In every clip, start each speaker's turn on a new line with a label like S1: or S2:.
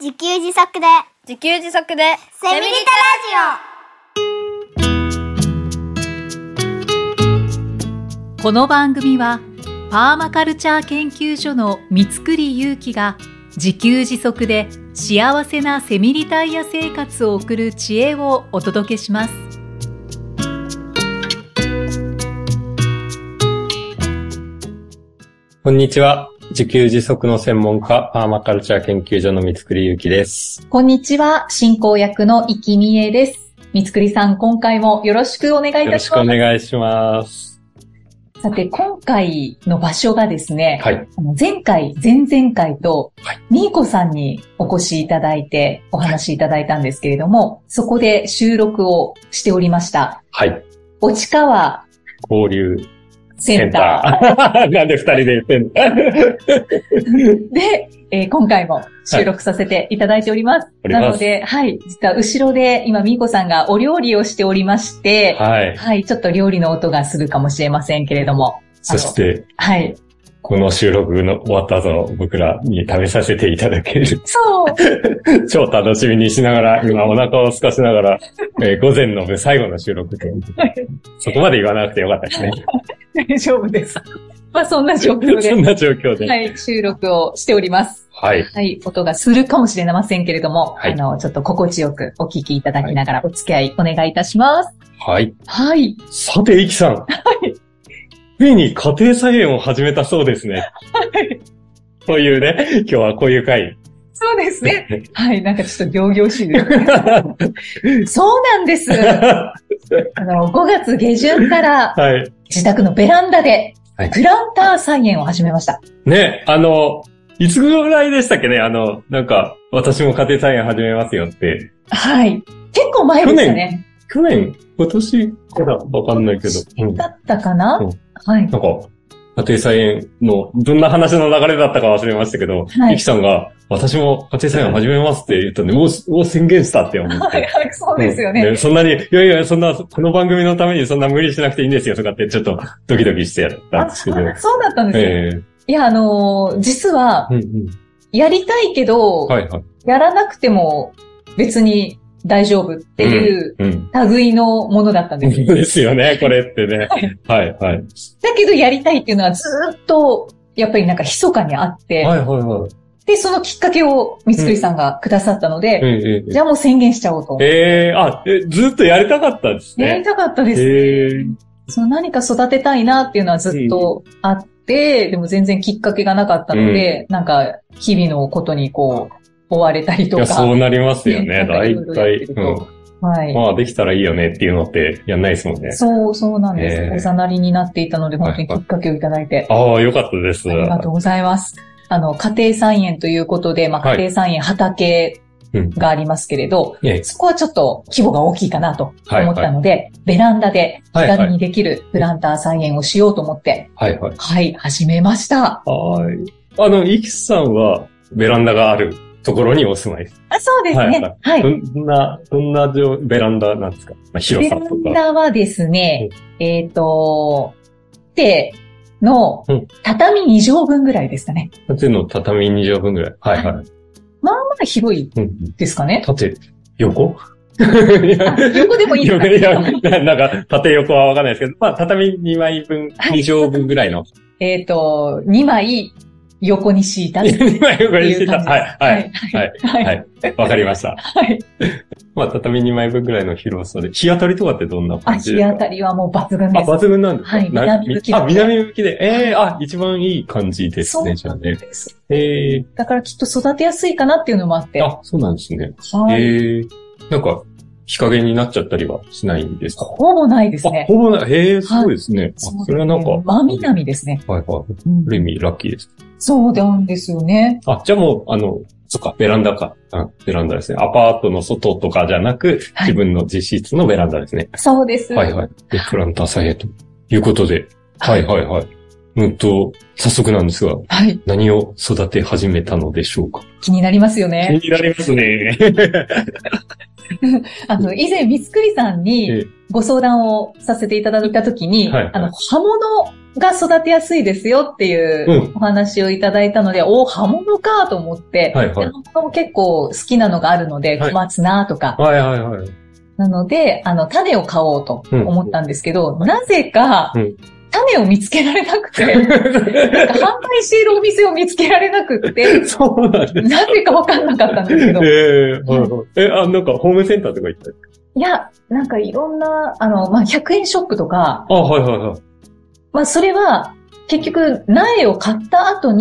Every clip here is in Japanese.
S1: 自給自足で
S2: 自給自足で
S1: セミリタ
S3: この番組はパーマカルチャー研究所の三栗祐樹が自給自足で幸せなセミリタイヤ生活を送る知恵をお届けします
S4: こんにちは。自給自足の専門家、パーマカルチャー研究所の三栗ゆきです。
S3: こんにちは進行役の生きみえです三栗さん今回もよろしくお願いい
S4: よ
S3: た
S4: ろ
S3: し
S4: しく
S3: ま
S4: お
S3: す
S4: 願いします。
S3: さて今回の場所がですね、
S4: はい。
S3: あの前回前々回と
S4: はい
S3: みーこさんにお越しいただいてお話しいただいたんですけれどもそこで収録をしておりました
S4: はい。
S3: 落川
S4: 交流
S3: セ
S4: セ
S3: ン
S4: ン
S3: ター
S4: ター。 なんで二人でセンター
S3: で、えー今回も収録させていただいております。
S4: おります
S3: なので、はい、実は後ろで今、みーこさんがお料理をしておりまして、
S4: はい。
S3: はい、ちょっと料理の音がするかもしれませんけれども、
S4: そして、
S3: はい。
S4: この収録の終わった後の僕らに食べさせていただけ る。
S3: そう、
S4: 超楽しみにしながら、今お腹を空かしながら、えー午前の部最後の収録ということで。そこまで言わなく てよかったですね。
S3: 大丈夫です。 まあ、そんな状況
S4: そ
S3: で、
S4: んな状況で。
S3: はい、収録をしております。
S4: はい。
S3: はい、音がするかもしれませんけれども、
S4: はい
S3: あの、ちょっと心地よくお聞きいただきながらお付き合いお願いいたします。
S4: はい。
S3: はい、
S4: さて、イキさん。ついに家庭菜園を始めたそうですね。
S3: はい
S4: というね、今日はこういう回。
S3: そうですね。はい、なんかちょっと行々しいですね。そうなん です。
S4: は
S3: あの、5月下旬から
S4: い。
S3: 自宅のベランダで
S4: はい、
S3: プランター菜園を始めました。
S4: ね、あの、いつぐらいでしたっけねあの、なんか、私も家庭菜園始めますよって。
S3: はい。結構前でしたね。
S4: 去年、今年からわかんないけど。うん
S3: だったかな、
S4: うん
S3: はい。
S4: なんか、家庭菜園の、どんな話の流れだったか忘れましたけど、
S3: はい
S4: ゆきさんが、私も家庭菜園始めますって言ったんで、おお宣言したって思っ
S3: はい、
S4: て。
S3: はい、そうですよ
S4: うん
S3: ね。
S4: でそんなに、いやいや、そんな、この番組のためにそんな無理しなくていいんですよとかって、ちょっとドキドキしてやったん
S3: あ
S4: で
S3: そ
S4: すけ
S3: う
S4: ど。
S3: だったんですよ。
S4: ええ
S3: いや、あのー実は
S4: う、んうん。
S3: やりたいけど、
S4: はいはい。
S3: やらなくても別に大丈夫っていう
S4: うん。
S3: 類のものだったんですよ。
S4: ですよね、これってね。はいはい。
S3: だけどやりたいっていうのはずーっと、やっぱりなんか密かにあって、
S4: はいはいはい。
S3: で、そのきっかけを三栗さんがくださったので、
S4: え
S3: じゃあもう宣言しちゃおうと
S4: え。ええあ、えずっとやりたかったんです
S3: やり
S4: ね。
S3: たかったです。
S4: ええ
S3: その何か育てたいなっていうのはずっとあって、でも全然きっかけがなかったので、なんか日々のことにこう、追われたりとか。
S4: いや、そうなりますよね、
S3: ねなんか
S4: 大
S3: いろいろやってる
S4: 体。うん
S3: と。はい。
S4: まあ、できたらいいよねっていうのってやんないですもんね。
S3: そう、そうなんです。
S4: えー
S3: おざなりになっていたので、本当にきっかけをいただいて、
S4: ああ、よかったです。
S3: ありがとうございます。あの、家庭菜園ということで、まあ、
S4: はい
S3: 家庭菜園、畑
S4: うん
S3: がありますけれど、
S4: ええ
S3: そこはちょっと規模が大きいかなと思ったので、ベランダで気
S4: はいは
S3: 軽
S4: い
S3: にできるプランター菜園をしようと思って、
S4: はいはい。
S3: はい、始めました。
S4: はい。あの、イキさんは、ベランダがあるところにお住まいです。
S3: あそうですね。はい。
S4: どんな、どんなじょベランダなんですか、まあ、広
S3: ベ
S4: さ
S3: ラ
S4: と
S3: ン
S4: か。
S3: ダはですね、えっ、と、手の
S4: うん
S3: 畳2畳分ぐらいですかね。
S4: 縦の畳2畳分ぐらい。はいはい。
S3: まあまあ広い
S4: うんうん、
S3: ですか ね。
S4: 縦、横
S3: あ横でもいいですか
S4: いやいやなんか、縦横はわかんないですけど、まあ、畳2枚分、2畳分ぐらいの。
S3: えっ、と、2枚横に敷いたって いう
S4: 2枚分ぐら
S3: 感
S4: いに
S3: じ
S4: し
S3: で
S4: て
S3: す。
S4: た。はい、はい、
S3: はい。はい。
S4: はい。わかりました。
S3: はい
S4: まあ、畳2枚分ぐらいの広さで、日当たりとかってどんな
S3: あ、
S4: 感じ
S3: 日
S4: ですか
S3: 当たりはもう抜群
S4: あ、
S3: です。
S4: 抜群なんですか
S3: はい
S4: な
S3: 南向きな
S4: あ、
S3: ので
S4: 南向きで。ええあ、一番いい感じですね、じゃあね。
S3: です。
S4: ええ
S3: だからきっと育てやすいかなっていうのもあって。
S4: あ、そうなんですね。
S3: はい
S4: ええなんか、日陰になっちゃったりはしないんですか
S3: ほぼないです
S4: あ、
S3: ね。
S4: ほぼない。ええそうですね。
S3: うです
S4: あそれはなんか、
S3: 真南ですね。
S4: はいはい。ある意味、ラッキーです。
S3: そうなんですよね。
S4: あ、じゃあもう、あの、そっか、ベランダか。あベランダですね。アパートの外とかじゃなく、
S3: はい
S4: 自分の実質のベランダですね。
S3: そうです。
S4: はいはい。で、プランターさんへということで。はいはいはい。うんと、早速なんですが、
S3: はい。
S4: 何を育て始めたのでしょうか
S3: 気になりますよね。
S4: になりますね。
S3: あの、以前、三つくりさん
S4: え
S3: に
S4: え
S3: ご相談をさせていただいたときに、
S4: はいはい
S3: あの、刃物が育てやすいですよっていう
S4: うん
S3: お話をいただいたので、おお、刃物かと思って、
S4: はいはい
S3: で刃物も結構好きなのがあるので、
S4: はい
S3: 小松菜とか、
S4: はいはいはい。
S3: なので、あの、種を買おうと思ったんですけど、なぜか
S4: うん、
S3: 種を見つけられなくて、なんか販売しているお店を見つけられなくって、
S4: そうなん です。
S3: なぜかわかんなかったんですけど、
S4: ええはいはい。え、あ、なんかホームセンターとか行った
S3: いや、なんかいろんな、あの、まあ、100円ショップとか、
S4: あ、はいはいはい。
S3: まあ、それは、結局、苗を買った後
S4: ええ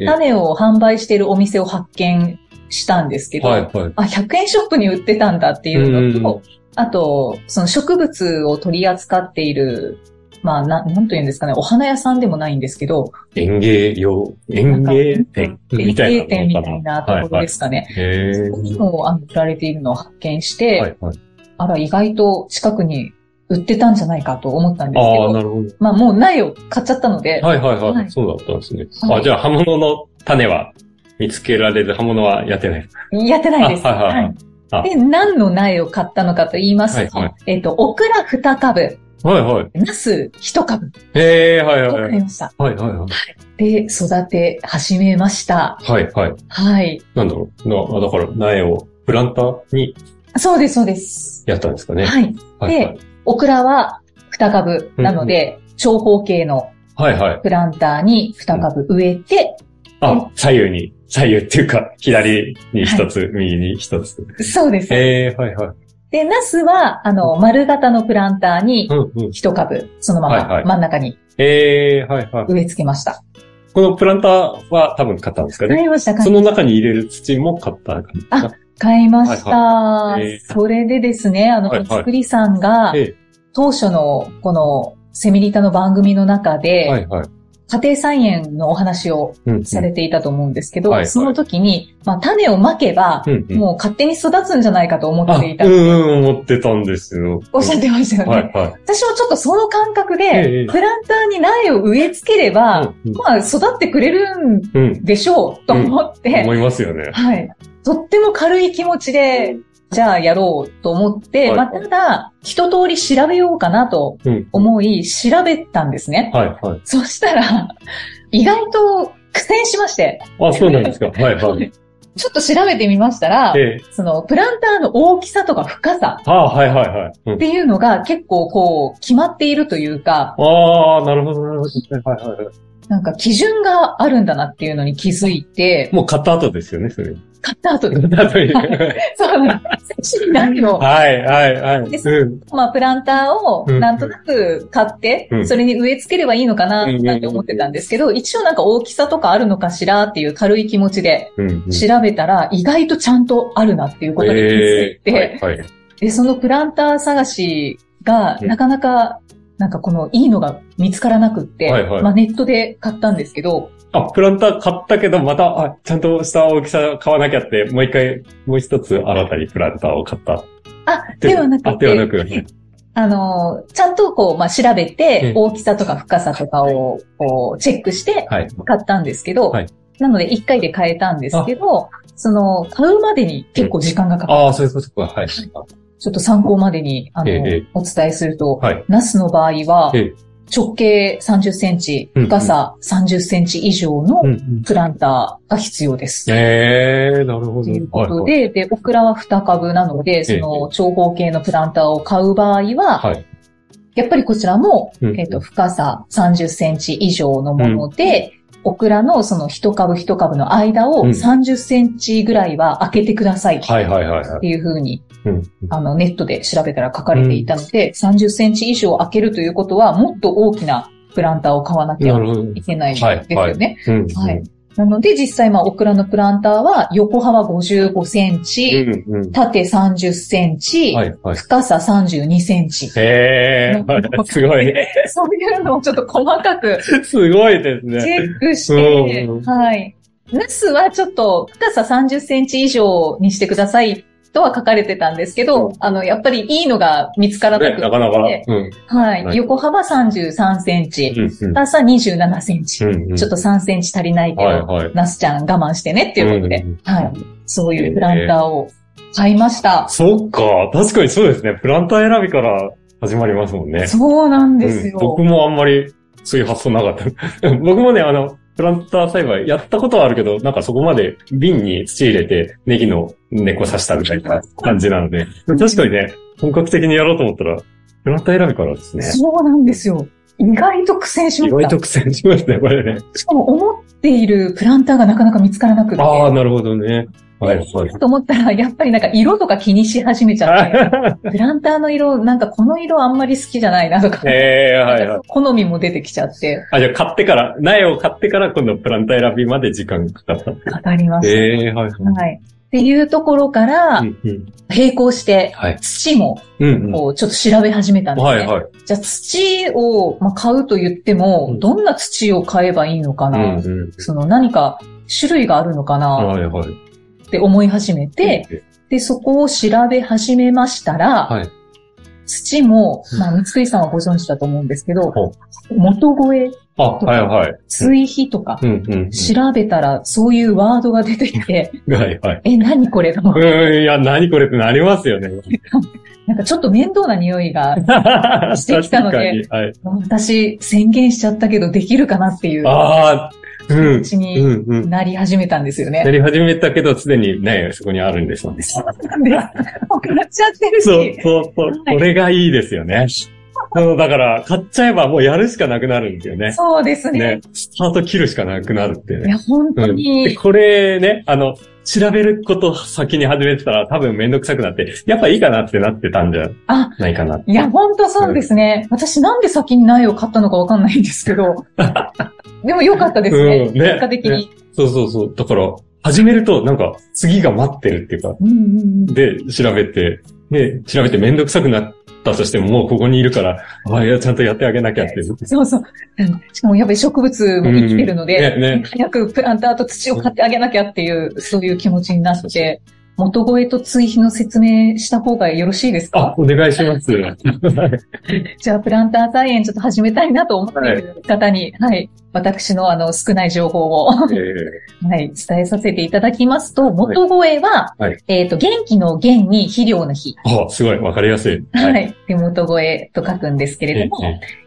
S3: に、種を販売しているお店を発見したんですけど、
S4: はいはい。
S3: あ、100円ショップに売ってたんだっていうの
S4: う
S3: と、あと、その植物を取り扱っている、まあ、ななんと言うんですかね、お花屋さんでもないんですけど、
S4: 園芸用、園芸店みたいな。
S3: 園芸店みたいなところですすかね。
S4: はいはい、へえ
S3: そういうのをあの売られているのを発見して、
S4: はいはい。
S3: あら、意外と近くに売ってたんじゃないかと思ったんですけ
S4: ああ、
S3: ど、
S4: なるほど。
S3: まあもう苗を買っちゃったので、
S4: はいはいはい。
S3: はい
S4: そうだったんですね。
S3: はい
S4: あ、じゃあ、刃物の種は見つけられる刃物はやってない。
S3: やってないです。
S4: あはいはいはい
S3: はいで、何の苗を買ったのかと言いますと、
S4: はいはい
S3: えっ、と、オクラ2株、
S4: はいはい。
S3: ナス1株
S4: へえはい
S3: を
S4: はいは
S3: 買い
S4: い。
S3: ました。
S4: はいはいはい。
S3: で、育て始めました。
S4: はいはい。
S3: はい。
S4: なんだろう。な、だから、苗をプランターに
S3: そうです、そうです。
S4: やったんですかね。
S3: はい。
S4: はいはい。
S3: オクラは2株なので、長方形の
S4: はいはい。
S3: プランターに2株植えて、
S4: あ、左右に、左右っていうか、左に一つ、右に一つ。
S3: そうです。
S4: へえはいはい。
S3: で、ナスは、あの、丸型のプランターに
S4: うんうん。
S3: 1株、そのま
S4: はいは
S3: ま
S4: い
S3: 真ん中に
S4: ええはいはい。
S3: 植え付けました。
S4: このプランターは多分買ったんですか
S3: 買
S4: ね。
S3: いました、
S4: その中に入れる土も買った感じですか
S3: 買いました。
S4: はいはいえー
S3: それでですね、あの、
S4: はい
S3: 三
S4: はい
S3: つくりさんが、
S4: え
S3: 当初のこのセミリタの番組の中
S4: え
S3: で、
S4: はいはい。
S3: 家庭菜園のお話を
S4: うんうん
S3: されていたと思うんですけど、
S4: はいはい
S3: その時に、まあ、種をまけば、
S4: うんうん
S3: もう勝手に育つんじゃないかと思
S4: あ、
S3: っていた、
S4: うんうん、思ってたんですよ。
S3: おっしゃってましたよね。
S4: はいはい。
S3: 私もちょっとその感覚
S4: え
S3: で
S4: え、
S3: プランターに苗を植え付ければ、
S4: うん
S3: まあ、育ってくれるん
S4: うん。
S3: でしょうと思って、
S4: 思いますよね。
S3: はい。とっても軽い気持ちで、じゃあやろうと思って、
S4: はい
S3: まあ、ただ、一通り調べようかなと
S4: うん。
S3: 思い、調べたんですね。
S4: はいはい。
S3: そしたら、意外と苦戦しまして、
S4: あ、そうなんですか。はいはい。
S3: ちょっと調べてみましたら
S4: え、え
S3: その、プランターの大きさとか深さ
S4: あはいはいはい。うん
S3: っ、ていうのが結構こう、決まっているというか、
S4: ああ、なるほど、なるほど。はいはいは
S3: なんか基準があるんだなっていうのに気づいて
S4: い。、もう買った後ですよね、それ。
S3: 買った後で
S4: 買、った後に。
S3: は
S4: は
S3: そうなんです。最初に何を
S4: いはいはい。
S3: です
S4: うん。
S3: まあ、プランターを
S4: うん
S3: なんとなく買って
S4: う、ん
S3: それに植え付ければいいのかな、
S4: うん
S3: なんて思ってたんですけど、一応なんか大きさとかあるのかしらっていう軽い気持ちで
S4: うんうん。
S3: 調べたら、意外とちゃんとあるなっていうことに気づい
S4: え
S3: て、
S4: えはいはい。
S3: で、そのプランター探しが、
S4: うん
S3: なかなか、なんかこのいいのが見つからなくって、
S4: はいはい
S3: まあネットで買ったんですけど、
S4: あ、プランター買ったけど、また、あ、ちゃんとした大きさ買わなきゃって、もう一回、もう一つ新たにプランターを買った。
S3: あ、ではな
S4: あ、
S3: く
S4: ではな
S3: て、
S4: く。
S3: あの、ちゃんとこう、まあ調べ
S4: え
S3: て
S4: え、
S3: 大きさとか深さとかをこうチェックして、
S4: はい。
S3: 買ったんですけど、
S4: はい
S3: なので1回で買えたんですけど、その、買うまでに結構時間がかかる。
S4: ああ、そういうことか。はい。
S3: ちょっと参考までに、あの、
S4: ええ
S3: お伝えすると、
S4: はい。
S3: ナスの場合は
S4: ええ、
S3: 直径30センチ、
S4: うんうん
S3: 深さ30センチ以上の
S4: うんうん。
S3: プランターが必要です。
S4: ええなるほど。
S3: ということ
S4: はい
S3: で、で、オクラは2株なので、その長方形のプランターを買う場合は、
S4: はい。
S3: やっぱりこちらも、
S4: うん
S3: えっと、深さ30センチ以上のもので、オクラのその一株一株の間を
S4: うん
S3: 30センチぐらいは開けてください。
S4: はいはいはいは
S3: っ
S4: い。
S3: ていうふうに、
S4: うん。
S3: あの、ネットで調べたら書かれていたので、30センチ以上開けるということは、もっと大きなプランターを買わなきゃ
S4: なるほど。
S3: いけないんです
S4: はい
S3: よね。
S4: うん。
S3: はい。なので、実際、まあ、オクラのプランターは、横幅55センチ、
S4: うん。うん。
S3: 縦30センチ、
S4: はいはい。
S3: 深さ32センチ。
S4: ええ
S3: なんか
S4: すごい。
S3: そういうのをちょっと細か く
S4: すごいです
S3: チ
S4: ね。
S3: ェックして、
S4: うん
S3: はい。ナスはちょっと深さ30センチ以上にしてくださいとは書かれてたんですけど、あの、やっぱりいいのが見つからなく
S4: ね、
S3: て、
S4: なかなか。うん。
S3: はい、
S4: はい
S3: 横幅33センチ、
S4: うんうん
S3: 深さ27センチ、
S4: うんうん。
S3: ちょっと3センチ足りないけど、
S4: はいはい。
S3: ナスちゃん我慢してねっていうことで、
S4: うんうん
S3: はい。そういうプランターを買いました。
S4: そっか。確かにそうですね。プランター選びから始まりますもんね。
S3: そうなんですよ
S4: うん。僕もあんまりそういう発想なかった。 僕もね、あの、プランター栽培やったことはあるけど、なんかそこまで瓶に土入れてネギの根っこ刺したみたいな感じなので、でも確かにね、本格的にやろうと思ったら、プランター選びからですね。
S3: そうなんですよ。意外と苦戦しま
S4: 意
S3: した。
S4: 外と苦戦しますね、これね。
S3: しかも思っているプランターがなかなか見つからなくて。
S4: ああ、なるほどね。はい、はい。
S3: と思ったら、やっぱりなんか色とか気にし始めちゃって、プランターの色、なんかこの色あんまり好きじゃないなとか、
S4: ええはい
S3: な
S4: は
S3: んか。
S4: い
S3: 好みも出てきちゃって、
S4: あ、じゃあ買ってから、苗を買ってから今度プランター選びまで時間がかかった。
S3: 語りました。
S4: ええはいは
S3: はい。っていうところから、
S4: い。うんうん
S3: 並行して、
S4: はい。
S3: 土も、
S4: うん
S3: こう、ちょっと調べ始めたん
S4: うん。
S3: ですね。
S4: はいはい。
S3: じゃあ、土を、まあ、買うと言って
S4: う
S3: も、
S4: ん
S3: どんな土を買えばいいのか
S4: う
S3: な、
S4: んうん。
S3: その、何か種類があるのかな
S4: はいはい。
S3: って思い始めて、で、そこを調べ始めましたら、
S4: はい
S3: 土も、まあ、三井さんはご存知だと思うんですけど
S4: ほ、
S3: 元越え、
S4: あ、はいはい。
S3: 追肥とか、
S4: うんうん
S3: 調べたらそういうワードが出てき て、
S4: うん。はいはい。
S3: え、何これと思って
S4: うん、いや、何これってなりますよね。
S3: なんかちょっと面倒な匂いが、 してきたので
S4: 確かに。はい。
S3: 私宣言しちゃったけどできるかなっていう
S4: ああ、うん
S3: う。ち
S4: う
S3: に
S4: んうん。
S3: なり始めたんですよね
S4: や。り始めたけど、すでにね、そこにあるんですもんね。そ
S3: で、もう買っちゃってる
S4: う
S3: し、
S4: そうそう。これがいいですよね。そうだから、買っちゃえばもうやるしかなくなるんですよね。
S3: そうですね。
S4: ね。スタート切るしかなくなるっていう
S3: い
S4: ね。
S3: や、本当
S4: で、
S3: に、
S4: これね、あの、調べること先に始めてたら多分めんどくさくなって、やっぱいいかなってなってたんじゃ
S3: あ、
S4: ないかな。
S3: いや、ほんとそうですね。私なんで先に苗を買ったのかわかんないんですけ ど。でも良かったですね。
S4: うんね
S3: 結果的に。
S4: そうそうそう。だから、始めるとなんか次が待ってるっていうか、
S3: うんうんうん
S4: で、調べて、で、調べてめんどくさくなったとしてももうここにいるから、あいや、ちゃんとやってあげなきゃって。
S3: そうそう。うんしかもやっぱり植物も生きてるので、
S4: うんねね
S3: 早くプランターと土を買ってあげなきゃっていう、そういう気持ちになって、元越えと追肥の説明した方がよろしいです
S4: あ
S3: か、
S4: お願いします。は
S3: じゃあ、プランター菜園ちょっと始めたいなと思っている方に、はい、私のあの、少ない情報を。
S4: いえ
S3: はい、伝えさせていただきますと、元越は、
S4: はい
S3: えっ、と、元気の元に肥料の肥。
S4: ーあ、すごい、わかりやすい。。
S3: はいい。で、元越と書くんですけ
S4: え
S3: れども、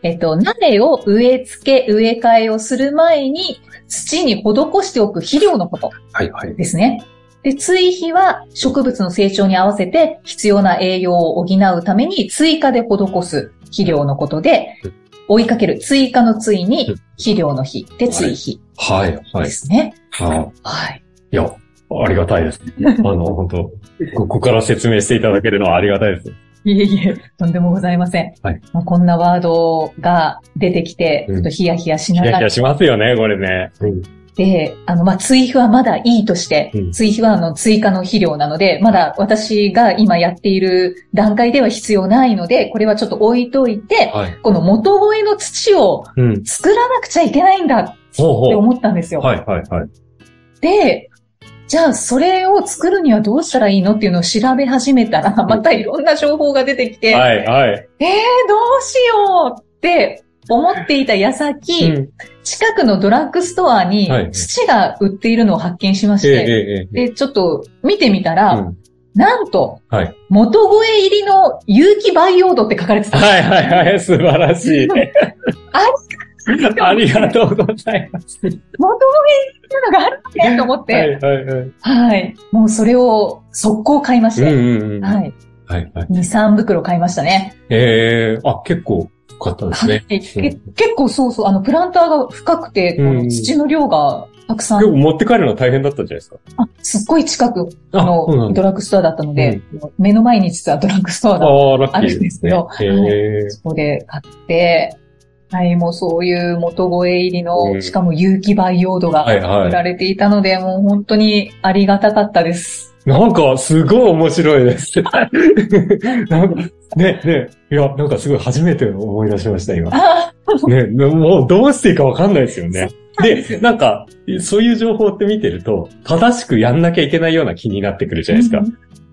S4: え
S3: えっ、と、苗を植え付け、植え替えをする前に、土に施しておく肥料のこと
S4: はい、はい。
S3: ですね。で、追肥は植物の成長に合わせて必要な栄養を補うために追加で施す肥料のことで
S4: う、
S3: 追いかける追加の追に
S4: うん
S3: 肥料の肥で追肥
S4: はい、は
S3: で
S4: い。
S3: すね。
S4: はあ
S3: はい。
S4: いや、ありがたい です。あの、本当ここから説明していただけるのはありがたいです。
S3: いえいえ、とんでもございません。
S4: はい
S3: まあ、こんなワードが出てきて、
S4: うん
S3: ちょっとヒヤヒヤし
S4: い
S3: な
S4: や
S3: が
S4: いや
S3: ら
S4: しますよね、これね。うん
S3: で、あの、まあ、追肥はまだいいとして、
S4: うん
S3: 追肥はあの、追加の肥料なので、まだ私が今やっている段階では必要ないので、これはちょっと置いといて、
S4: はい。
S3: この元越えの土を
S4: うん。
S3: 作らなくちゃいけないんだっ
S4: ほう
S3: て
S4: ほ
S3: 思ったんです
S4: う。
S3: よ。
S4: はい、はい、はい。
S3: で、じゃあ、それを作るにはどうしたらいいのっていうのを調べ始めたら、またいろんな情報が出てきて、
S4: はい、はい。
S3: えー、どうしようって思っていた矢先、
S4: うん
S3: 近くのドラッグストアに
S4: はい
S3: 土が売っているのを発見しまし
S4: ええ、
S3: て、
S4: ええ、ええ。
S3: で、ちょっと見てみたら、
S4: うん
S3: なんと、
S4: はい
S3: 元越え入りの有機培養土って書かれてた。
S4: はい、はい、はい。素晴らし い。 ありがとうございます。
S3: 元越えっていうのがあるねと思っ
S4: は
S3: て、
S4: い、はい、はい。
S3: はい、もうそれを速攻買いまし
S4: うん、
S3: て、
S4: うん、うん。
S3: はい。
S4: はい、はい。
S3: 2、3袋買いましたね。
S4: ええ、あ、結構良かったですね。
S3: はいけ結構そうそう、あの、プランターが深くて、こ
S4: う
S3: の
S4: ん
S3: 土の量がたくさん
S4: 結構持って帰るの大変だったじゃないですか。
S3: あ、すっごい近く
S4: あそうな
S3: の
S4: んだ
S3: ドラッグストアだったので、目の前に実はドラッグストアだっ
S4: ああ、ラッキーですね
S3: あ。
S4: え
S3: るんですた。
S4: え
S3: そこで買って、はい、もうそういう元越え入り
S4: う
S3: の、
S4: ん
S3: しかも有機培養土が
S4: はいはい
S3: 売られていたので、もう本当にありがたかったです。
S4: なんか、すごい面白いです。なんか、ね、ね、いや、なんかすごい初めて思い出しました、今。
S3: あ
S4: ね、もうどうしていいかわかんないですよね。
S3: です
S4: で、
S3: よ
S4: なんか、そういう情報って見てると、正しくやんなきゃいけないような気になってくるじゃないですか。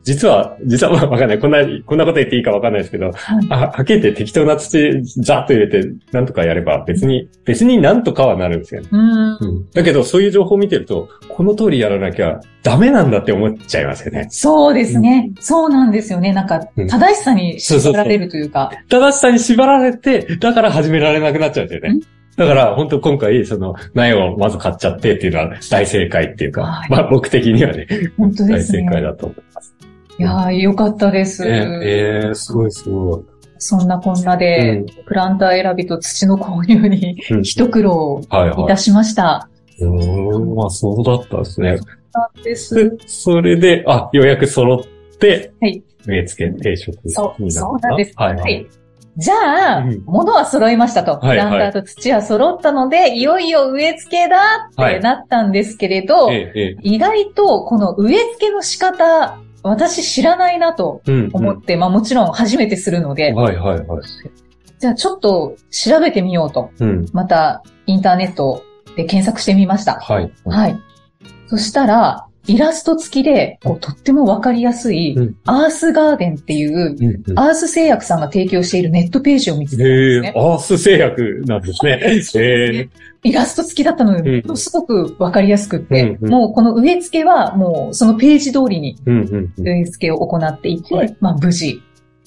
S4: 実は、実はまあわかんない。こんな、こんなこと言っていいかわかんないですけ
S3: は
S4: ど、
S3: い
S4: あ、はっきり言って適当な土、ざっと入れて、なんとかやれば、別に、別になんとかはなるんですよ ね。
S3: うん。
S4: だけど、そういう情報を見てると、この通りやらなきゃダメなんだって思っちゃいますよね。
S3: そうですね。そうなんですよね。なんか
S4: う、ん
S3: 正しさに縛られるというか。
S4: 正しさに縛られて、だから始められなくなっちゃうんですよ
S3: ん
S4: ね。だから、本当今回、その、苗をまず買っちゃってっていうのは大正解っていうか
S3: は、い
S4: まあ僕的にはね、
S3: 本当で
S4: 大
S3: す
S4: 正解
S3: ね。
S4: だと思います。
S3: いやー、よかったです。
S4: ええーすごいすご
S3: そんなこんなで、プランター選びと土の購入に
S4: い。うん
S3: 一苦労
S4: はい
S3: い
S4: は
S3: た
S4: い。
S3: しました。
S4: うーん、まあそうだったんですね。
S3: なんです。
S4: で、それで、あ、ようやく揃って、
S3: はい
S4: 植え付け定食にな
S3: そう、
S4: った
S3: そうなんです。
S4: はい、
S3: は
S4: はいい。。
S3: じゃあ
S4: うん、
S3: 物は揃いましたと。プ
S4: はい
S3: ランターと土は揃ったので、いよいよ植え付けだっ
S4: は
S3: て
S4: い
S3: なったんですけれど
S4: え、え、え
S3: 意外とこの植え付けの仕方、私知らないなと
S4: え。うん、
S3: 思って、まあもちろん初めてするの
S4: う
S3: で
S4: ん。、はい、はい、はい。
S3: じゃあちょっと調べてみようと。
S4: うん。
S3: またインターネットで検索してみました。
S4: はい。
S3: はい。そしたら、イラスト付きで、こう、とってもわかりやすい
S4: うん、
S3: アースガーデンっていう、
S4: うんうん
S3: アース製薬さんが提供しているネットページを見つけたん
S4: へ
S3: です
S4: え
S3: ね。
S4: アース製薬なんですね。へえ
S3: イラスト付きだったので、
S4: うん
S3: すごくわかりやすくって、
S4: うんうん
S3: もうこの植え付けは、もうそのページ通りに
S4: うんうんうん。
S3: 植え付けを行っていて、
S4: はい
S3: まあ無事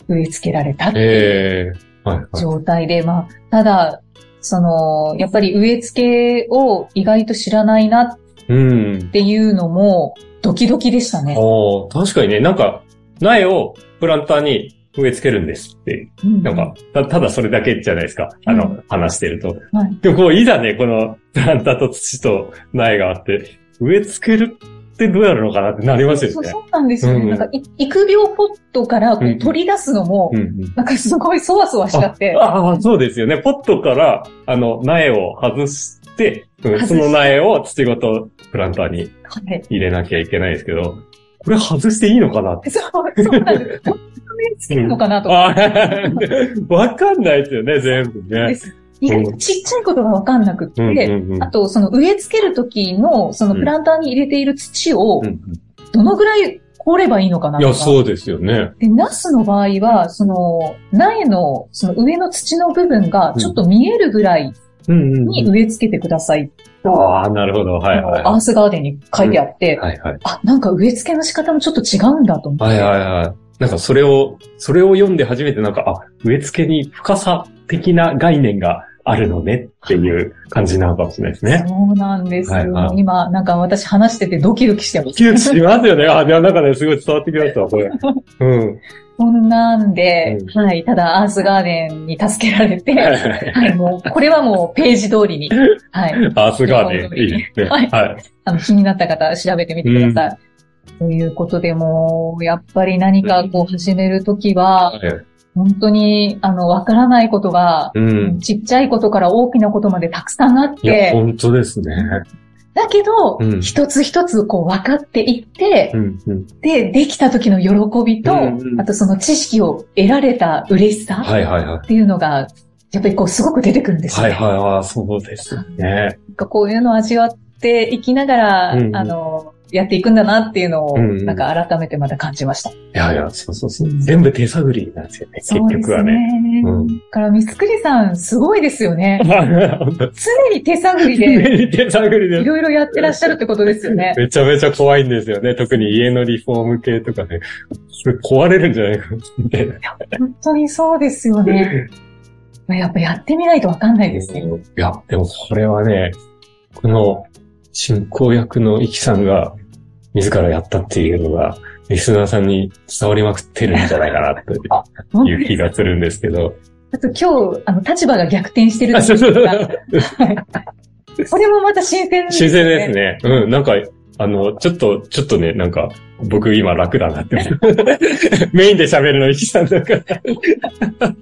S3: 植え付けられたっていう
S4: ええはいはい。
S3: 状態で、まあ、ただ、その、やっぱり植え付けを意外と知らないなっ
S4: うん。
S3: ていうのも、ドキドキでしたね。
S4: ああ、確かにね、なんか、苗をプランターに植え付けるんですって
S3: うん
S4: なんか、たただそれだけじゃないですか。あの、話してると。
S3: はい
S4: でもこう、いざね、このプランターと土と苗があって、植え付けるってどうやるのかなってなります
S3: そ
S4: よ
S3: う
S4: ね。
S3: そうなんですよね。
S4: うん
S3: なんかい、育苗ポットからこ
S4: うんう
S3: うん取り出すのも、
S4: うんうん。
S3: なんかすごいそわそわしちゃ って、
S4: ああ、そうですよね。ポットから、あの、苗を外して、うん
S3: 外して
S4: その苗を土ごとプランターに
S3: はい
S4: 入れなきゃいけないですけど、これ外していいのかなって。
S3: そう、そうなん です。本当につけるのかなとか。
S4: あ あ、わかんないですよね、全部
S3: で
S4: ね。
S3: す意外とちっちゃいことがわかんなくって、
S4: うんうんうん
S3: あと、その植え付ける時の、そのプランターに入れている土を
S4: うん、う。
S3: どのぐらい掘ればいいのかなん
S4: い
S3: とか。
S4: や、そうですよね。
S3: で、ナスの場合は、その、苗の、その上の土の部分がちょっと見えるぐらい
S4: うんうん
S3: に植え付けてください。
S4: ああ、なるほど。はいはい。
S3: アースガーデンに書いてあって、
S4: はいはい。
S3: あ、なんか植え付けの仕方もちょっと違うんだと思って。
S4: はいはいはい。なんかそれを、それを読んで初めてなんか、あ、植え付けに深さ的な概念があるのねっていう感じなのかもしれないですね。
S3: そうなんですよ。
S4: はいはい
S3: 今、なんか私話しててドキドキしてま
S4: ド
S3: す。
S4: キドキしますよね。あ、でもなんかね、すごい伝わってきましたわ、これ。うん。
S3: そんなんで、
S4: う
S3: はい、ただアースガーデンに助けられて、
S4: はい
S3: は
S4: はい
S3: い、もう、これはもうページ通り に、はい、
S4: アースガーデン、いいですね。
S3: はい
S4: はい。
S3: あの、気になった方調べてみてください。ということで、もう、やっぱり何かこう始めるときは、本当に、あの、わからないことが、
S4: うん。
S3: ちっちゃいことから大きなことまでたくさんあっ
S4: いや、
S3: て、
S4: 本当ですね。
S3: だけど、
S4: うん
S3: 一つ一つこう分かっていって、
S4: うんうん。
S3: で、できた時の喜びと、
S4: うんうん
S3: あとその知識を得られた嬉しさ
S4: はいはいはい。
S3: っていうのが、やっぱりこうすごく出てくるんですよ、
S4: は
S3: ね。
S4: いはいはい、そうですね。
S3: なんかこういうのを味わっていきながら、
S4: うんうん
S3: あの、やっていくんだなっていうのを、
S4: うんうん
S3: なんか改めてまた感じました。
S4: いやいや、そうそうそう。全部手探りなんですよね、結局
S3: そうです
S4: はね。
S3: ね。
S4: うん。。
S3: だから、ミスクリさん、すごいですよね
S4: 本当
S3: 常に手探り
S4: 常
S3: で、
S4: に手探りで
S3: いろいろやってらっしゃるってことですよね。
S4: めちゃめちゃ怖いんですよね。特に家のリフォーム系とかね。壊れるんじゃないかって。
S3: 本当にそうですよね。まあやっぱやってみないとわかんないですね。
S4: いや、でもこれはね、この進行役のイキさんが自らやったっていうのが、リスナーさんに伝わりまくってるんじゃないかなと
S3: 本当
S4: いう気
S3: に。
S4: がするんですけど。
S3: あと今日、あの、立場が逆転してる
S4: あ、そう そうそう。
S3: これもまた新鮮です
S4: 新
S3: ね。
S4: 鮮ですね。うん、なんか、あの、ちょっと、ちょっとね、なんか、僕今楽だなって 思う。メインで喋るのイキさんだから。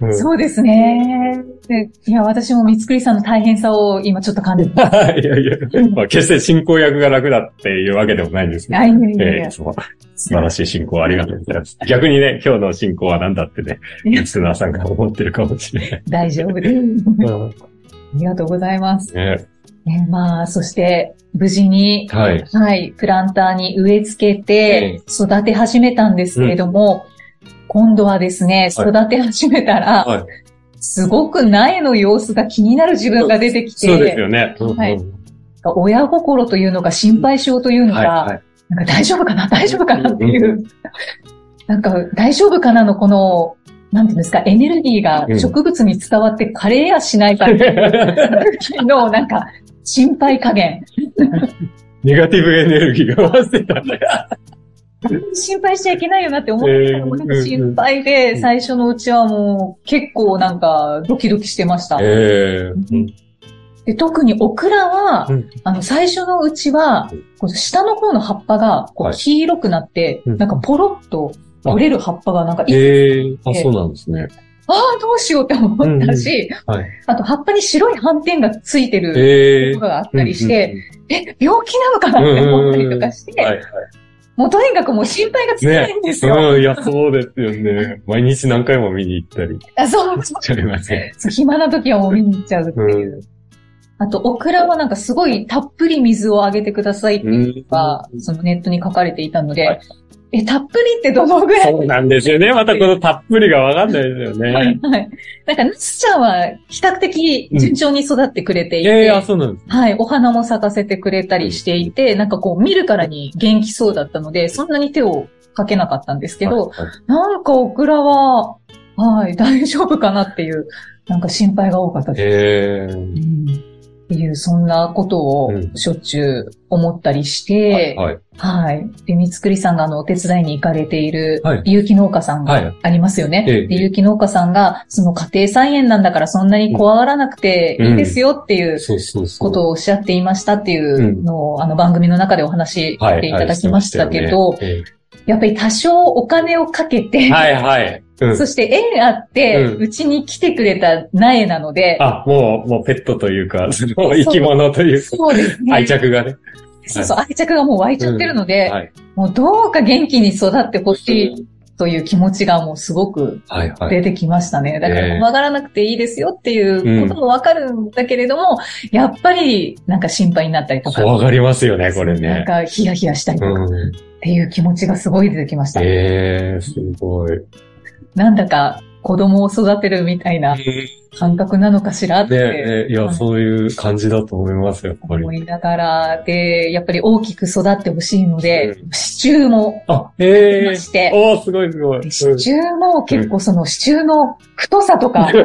S4: うん
S3: そうですね。でいや、私も三つくりさんの大変さを今ちょっと感じて。
S4: いやいや、まあ、決して進行役が楽だっていうわけでもないんですけど。
S3: あいやいやい
S4: え
S3: や
S4: えそう素晴らしい進行ありがとうございます。逆にね、今日の進行は何だってね、
S3: いや
S4: リスナーさんが思ってるかもしれない。
S3: 大丈夫です。ありがとうございます。
S4: ね
S3: ねまあ、そして、無事に、
S4: はい。
S3: はい、プランターに植え付け
S4: え
S3: て育て始めたんですけれども、今度はですね、
S4: はい
S3: 育て始めたら、
S4: はい
S3: すごく苗の様子が気になる自分が出てきて、
S4: そうですよね。
S3: はい
S4: うんうん
S3: 親心というのか心配性というのか、
S4: はい。はい
S3: なんか大丈夫かな大丈夫かなっていうう。なんか大丈夫かなのこの、なんていうんですか、エネルギーが植物に伝わって枯れやしないかっていうのをなんか心配加減。
S4: ネガティブエネルギーが混ぜてたんだよ。
S3: 心配しちゃいけないよなって思ってたのもなんか
S4: えー
S3: 心配
S4: う
S3: で、
S4: ん
S3: 最初のうちはもう結構なんかドキドキしてました。
S4: ええうん
S3: で特にオクラは、
S4: うん
S3: あの最初のうちは
S4: うん、
S3: こう下の方の葉っぱがこ
S4: は
S3: う
S4: い
S3: 黄色くなって、
S4: うん
S3: なんかポロッと折れる葉っぱがなんかい
S4: ええあ、そうなんですね。
S3: ああ、どうしようって思ったし、
S4: うんうんはい
S3: あと葉っぱに白い斑点がついてる
S4: ええ
S3: ところがあったりして、、え、病気なのかなって思ったりとかして、
S4: うんうんうんはい。
S3: もうとにかくもう心配がつかないんですよ。
S4: うん、いや、そうですよね。毎日何回も見に行ったり
S3: あそうそ
S4: しちゃいますね。
S3: う、暇な時はもう見に行っちゃうっていう。あと、オクラはなんかすごいたっぷり水をあげてくださいっていう
S4: うん
S3: のが、そのネットに書かれていたので、
S4: はい
S3: え、たっぷりってどのぐらい
S4: そうなんですよね。またこのたっぷりがわかんないですよ
S3: はい
S4: ね。。
S3: なんか、ナスちゃんは比較的順調に育ってくれてい
S4: い
S3: て、
S4: やいや、そうなんです。
S3: はい、お花も咲かせてくれたりしていて、なんかこう見るからに元気そうだったので、そんなに手をかけなかったんですけど、
S4: はいはい
S3: なんかオクラは、はい、大丈夫かなっていう、なんか心配が多かったです。
S4: ええ
S3: うんっていう、そんなことを
S4: うん
S3: しょっちゅう思ったりして、
S4: はい。
S3: はい、で、三つくりさんがあの、お手伝いに行かれている
S4: はい、
S3: 有機農家さんが
S4: はい。
S3: ありますよね。
S4: ええ
S3: で、有機農家さんが、その家庭菜園なんだからそんなに怖がらなくていいですよっていう
S4: そうそうそう。
S3: ことをおっしゃっていましたっていうのを、あの番組の中でお話し
S4: は
S3: していただきましたけど、
S4: はいはいして
S3: やっぱり多少お金をかけて、
S4: ました よねええはい、はい。うん
S3: そして縁あって、
S4: うん
S3: うちに来てくれた苗なので、
S4: あ、もう、もうペットというか、その生き物というか
S3: そうですね。
S4: 愛着がね。
S3: そうそう、愛着がもう湧いちゃってるので、
S4: はい。
S3: もうどうか元気に育ってほしいという気持ちがもうすごく
S4: はい、はい。
S3: 出てきましたね。だから
S4: ええ
S3: 怖がらなくていいですよっていうこともわかるんだけれども、やっぱりなんか心配になったりとか。
S4: 怖がりますよね、これ
S3: なん
S4: ね。
S3: かヒヤヒヤしたりとか。
S4: うん。
S3: っていう気持ちがすごい出てきました。
S4: ええすごい。
S3: なんだか子供を育てるみたいな感覚なのかしらっ
S4: ね
S3: て
S4: え、いや、そういう感じだと思いますよ、やっぱり
S3: 思。いながら、で、やっぱり大きく育ってほしいので、
S4: う
S3: 支柱も
S4: あ、
S3: 出
S4: え
S3: ま
S4: え
S3: して、
S4: おー、すごいすごい。
S3: で支柱も結構その支柱の太さと か、
S4: う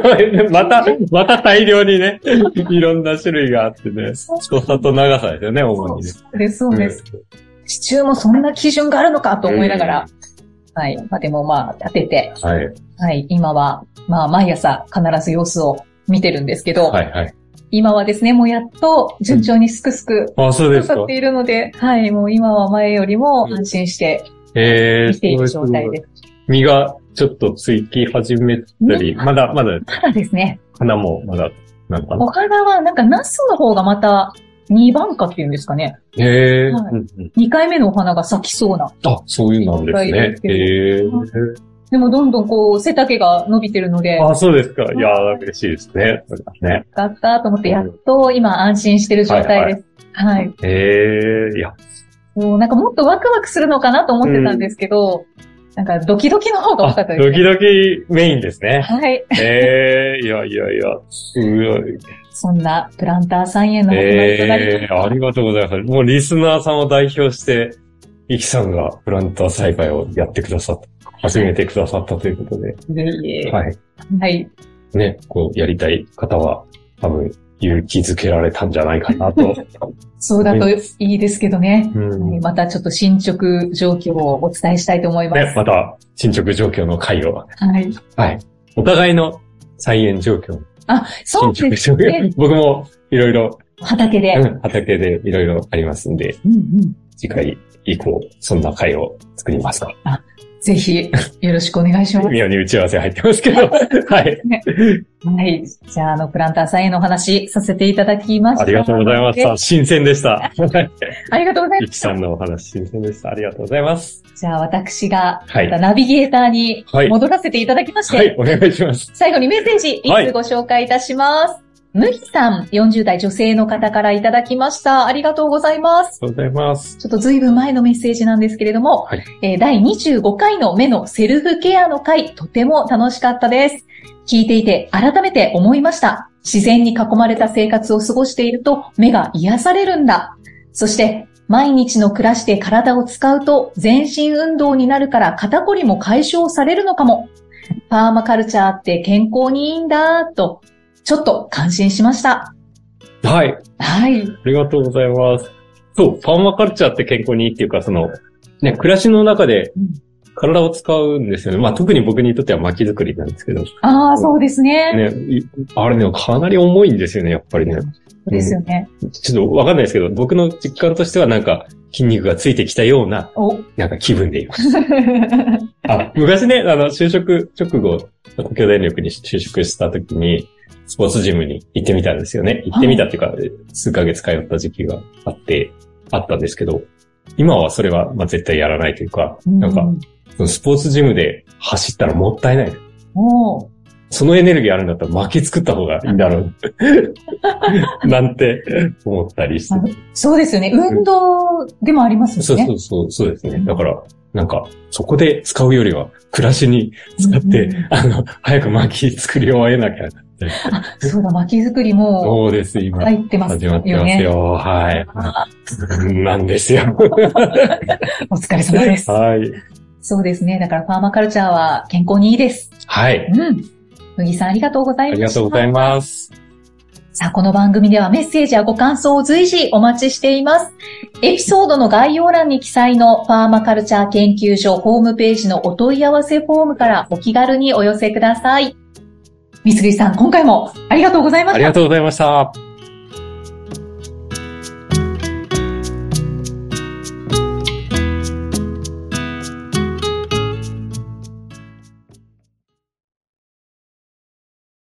S4: んまた、また大量に ね、いろんな種類があってね、太さと長さですよね、主にね。
S3: そうです、そうです。支柱もそんな基準があるのかと思いながら、はい。まあでもまあ、立てて、
S4: うん。はい。
S3: はい。今は、まあ、毎朝必ず様子を見てるんですけど、
S4: はい、はい。
S3: 今はですね、もうやっと順調にすくすく
S4: あ、そうです
S3: 育
S4: か
S3: っ。ているので、はい、もう今は前よりも安心して
S4: え
S3: 生き
S4: えす
S3: てい
S4: ご
S3: る
S4: いす
S3: 状
S4: ご
S3: 態
S4: い。
S3: です。
S4: 実がちょっとつき始めたり、まだ、まだ、
S3: ただですね、
S4: 花もまだ、なのかな
S3: お。花はなんかナスの方がまた2番果っていうんですかね、
S4: ええ
S3: はい
S4: うんうん
S3: 2回目のお花が咲きそうな。
S4: あ、そういうのなんですね。ええ
S3: でもどんどんこう背丈が伸びてるので、よ
S4: あ、そうですか。いやー、嬉しいですね。それはね。
S3: かったと思ってやっと今安心してる状態です。はい。
S4: ええいや。
S3: もうなんかもっとワクワクするのかなと思ってたんですけど、なんかドキドキの方が多か
S4: あ、
S3: ったです
S4: ド
S3: ね。
S4: キドキメインですね。
S3: はい。
S4: ええいやいやいや、すごい。
S3: そんなプランターさんへのお話となりま
S4: え
S3: し
S4: えありがとうございます。もうリスナーさんを代表して、イキさんがプランター栽培をやってくださった、始めてくださったということで、
S3: た。いえいえ
S4: はい。
S3: はい。
S4: ね、こう、やりたい方は、多分、勇気づけられたんじゃないか なと。
S3: そうだといいですけどね。
S4: うん
S3: はいまたちょっと進捗状況をお伝えしたいと思います。
S4: ね、また、進捗状況の会を、
S3: はい。
S4: はい。お互いの菜園状況、
S3: あ、そう
S4: 進
S3: で
S4: 捗
S3: す
S4: 状況
S3: ね。、
S4: 僕もいろいろ
S3: 畑で。
S4: うん畑でいろいろありますんで、
S3: うんうん
S4: 次回以降、そんな回を作りますか。
S3: ぜひ、よろしくお願いしま
S4: 微妙に打ち合わせ入ってますけ ど、はい。
S3: す。はい。じゃあ、あの、プランターさんへのお話させていただきました。
S4: ありがとうございまし。た。新鮮でした。
S3: ありがとうございま
S4: ゆき
S3: し
S4: さ
S3: た。
S4: んのお話、新鮮でした。ありがとうございます。
S3: じゃあ、私が、
S4: はい
S3: またナビゲーターに
S4: はい
S3: 戻らせていただきまして、
S4: はい、お願いします。
S3: 最後にメッセージ、い
S4: はい
S3: つご紹介いたします。むひさん、40代女性の方からいただきました。ありがとうございます。
S4: とうございます。
S3: ちょっとずいぶん前のメッセージなんですけれども、
S4: はい
S3: えー第25回の目のセルフケアの回、とても楽しかったです。聞いていて改めて思いました。自然に囲まれた生活を過ごしていると目が癒されるんだ。そして、毎日の暮らしで体を使うと全身運動になるから肩こりも解消されるのかも。パーマカルチャーって健康にいいんだ、と、ちょっと感心しました。
S4: はい。
S3: はい。
S4: ありがとうございます。そう、パーマカルチャーって健康にいいっていうか、その、ね、暮らしの中で
S3: うん
S4: 体を使うんですよね。まあ特に僕にとっては薪作りなんですけど、ね、
S3: ああ、そうですね。
S4: いあれね、かなり重いんですよね、やっぱりね。
S3: そうですよね。
S4: ちょっとわかんないですけど、僕の実感としてはなんか筋肉がついてきたような、
S3: お。
S4: なんか気分でいます。あ昔ね、あの、就職直後、東京電力に就職した時に、スポーツジムに行ってみたんですよね。行ってみたっていうか、数ヶ月通った時期があって、あったんですけど、今はそれは、まあ、絶対やらないというか、 なん
S3: う
S4: か、そのスポーツジムで走ったらもったいない。
S3: おう
S4: そのエネルギーあるんだったら巻き作った方がいいんだ ろう。なんて思ったりして。
S3: そうですよね。運動でもあります
S4: そう
S3: よね。
S4: そうそう、そうですね。だから、なんか、そこで使うよりは、暮らしに使っ
S3: う
S4: て
S3: んうん、
S4: あの、早く薪作り終えなきゃ。
S3: あ、そうだ、薪作りも
S4: そうです、今。
S3: 入ってます
S4: 始ま
S3: よ
S4: ってます
S3: ね。
S4: よ。はい。なんですよ。
S3: お疲れ様です。
S4: はい。
S3: そうですね。だから、ファーマカルチャーは健康にいいです。
S4: はい。
S3: うん。麦さん、ありがとうござい
S4: あ
S3: ま
S4: り
S3: した。
S4: がとうございます。
S3: さあ、この番組ではメッセージやご感想を随時お待ちしています。エピソードの概要欄に記載のパーマカルチャー研究所ホームページのお問い合わせフォームからお気軽にお寄せください。三杉さん、今回もありがとうございま
S4: あ
S3: し
S4: り
S3: た
S4: が。とうございました。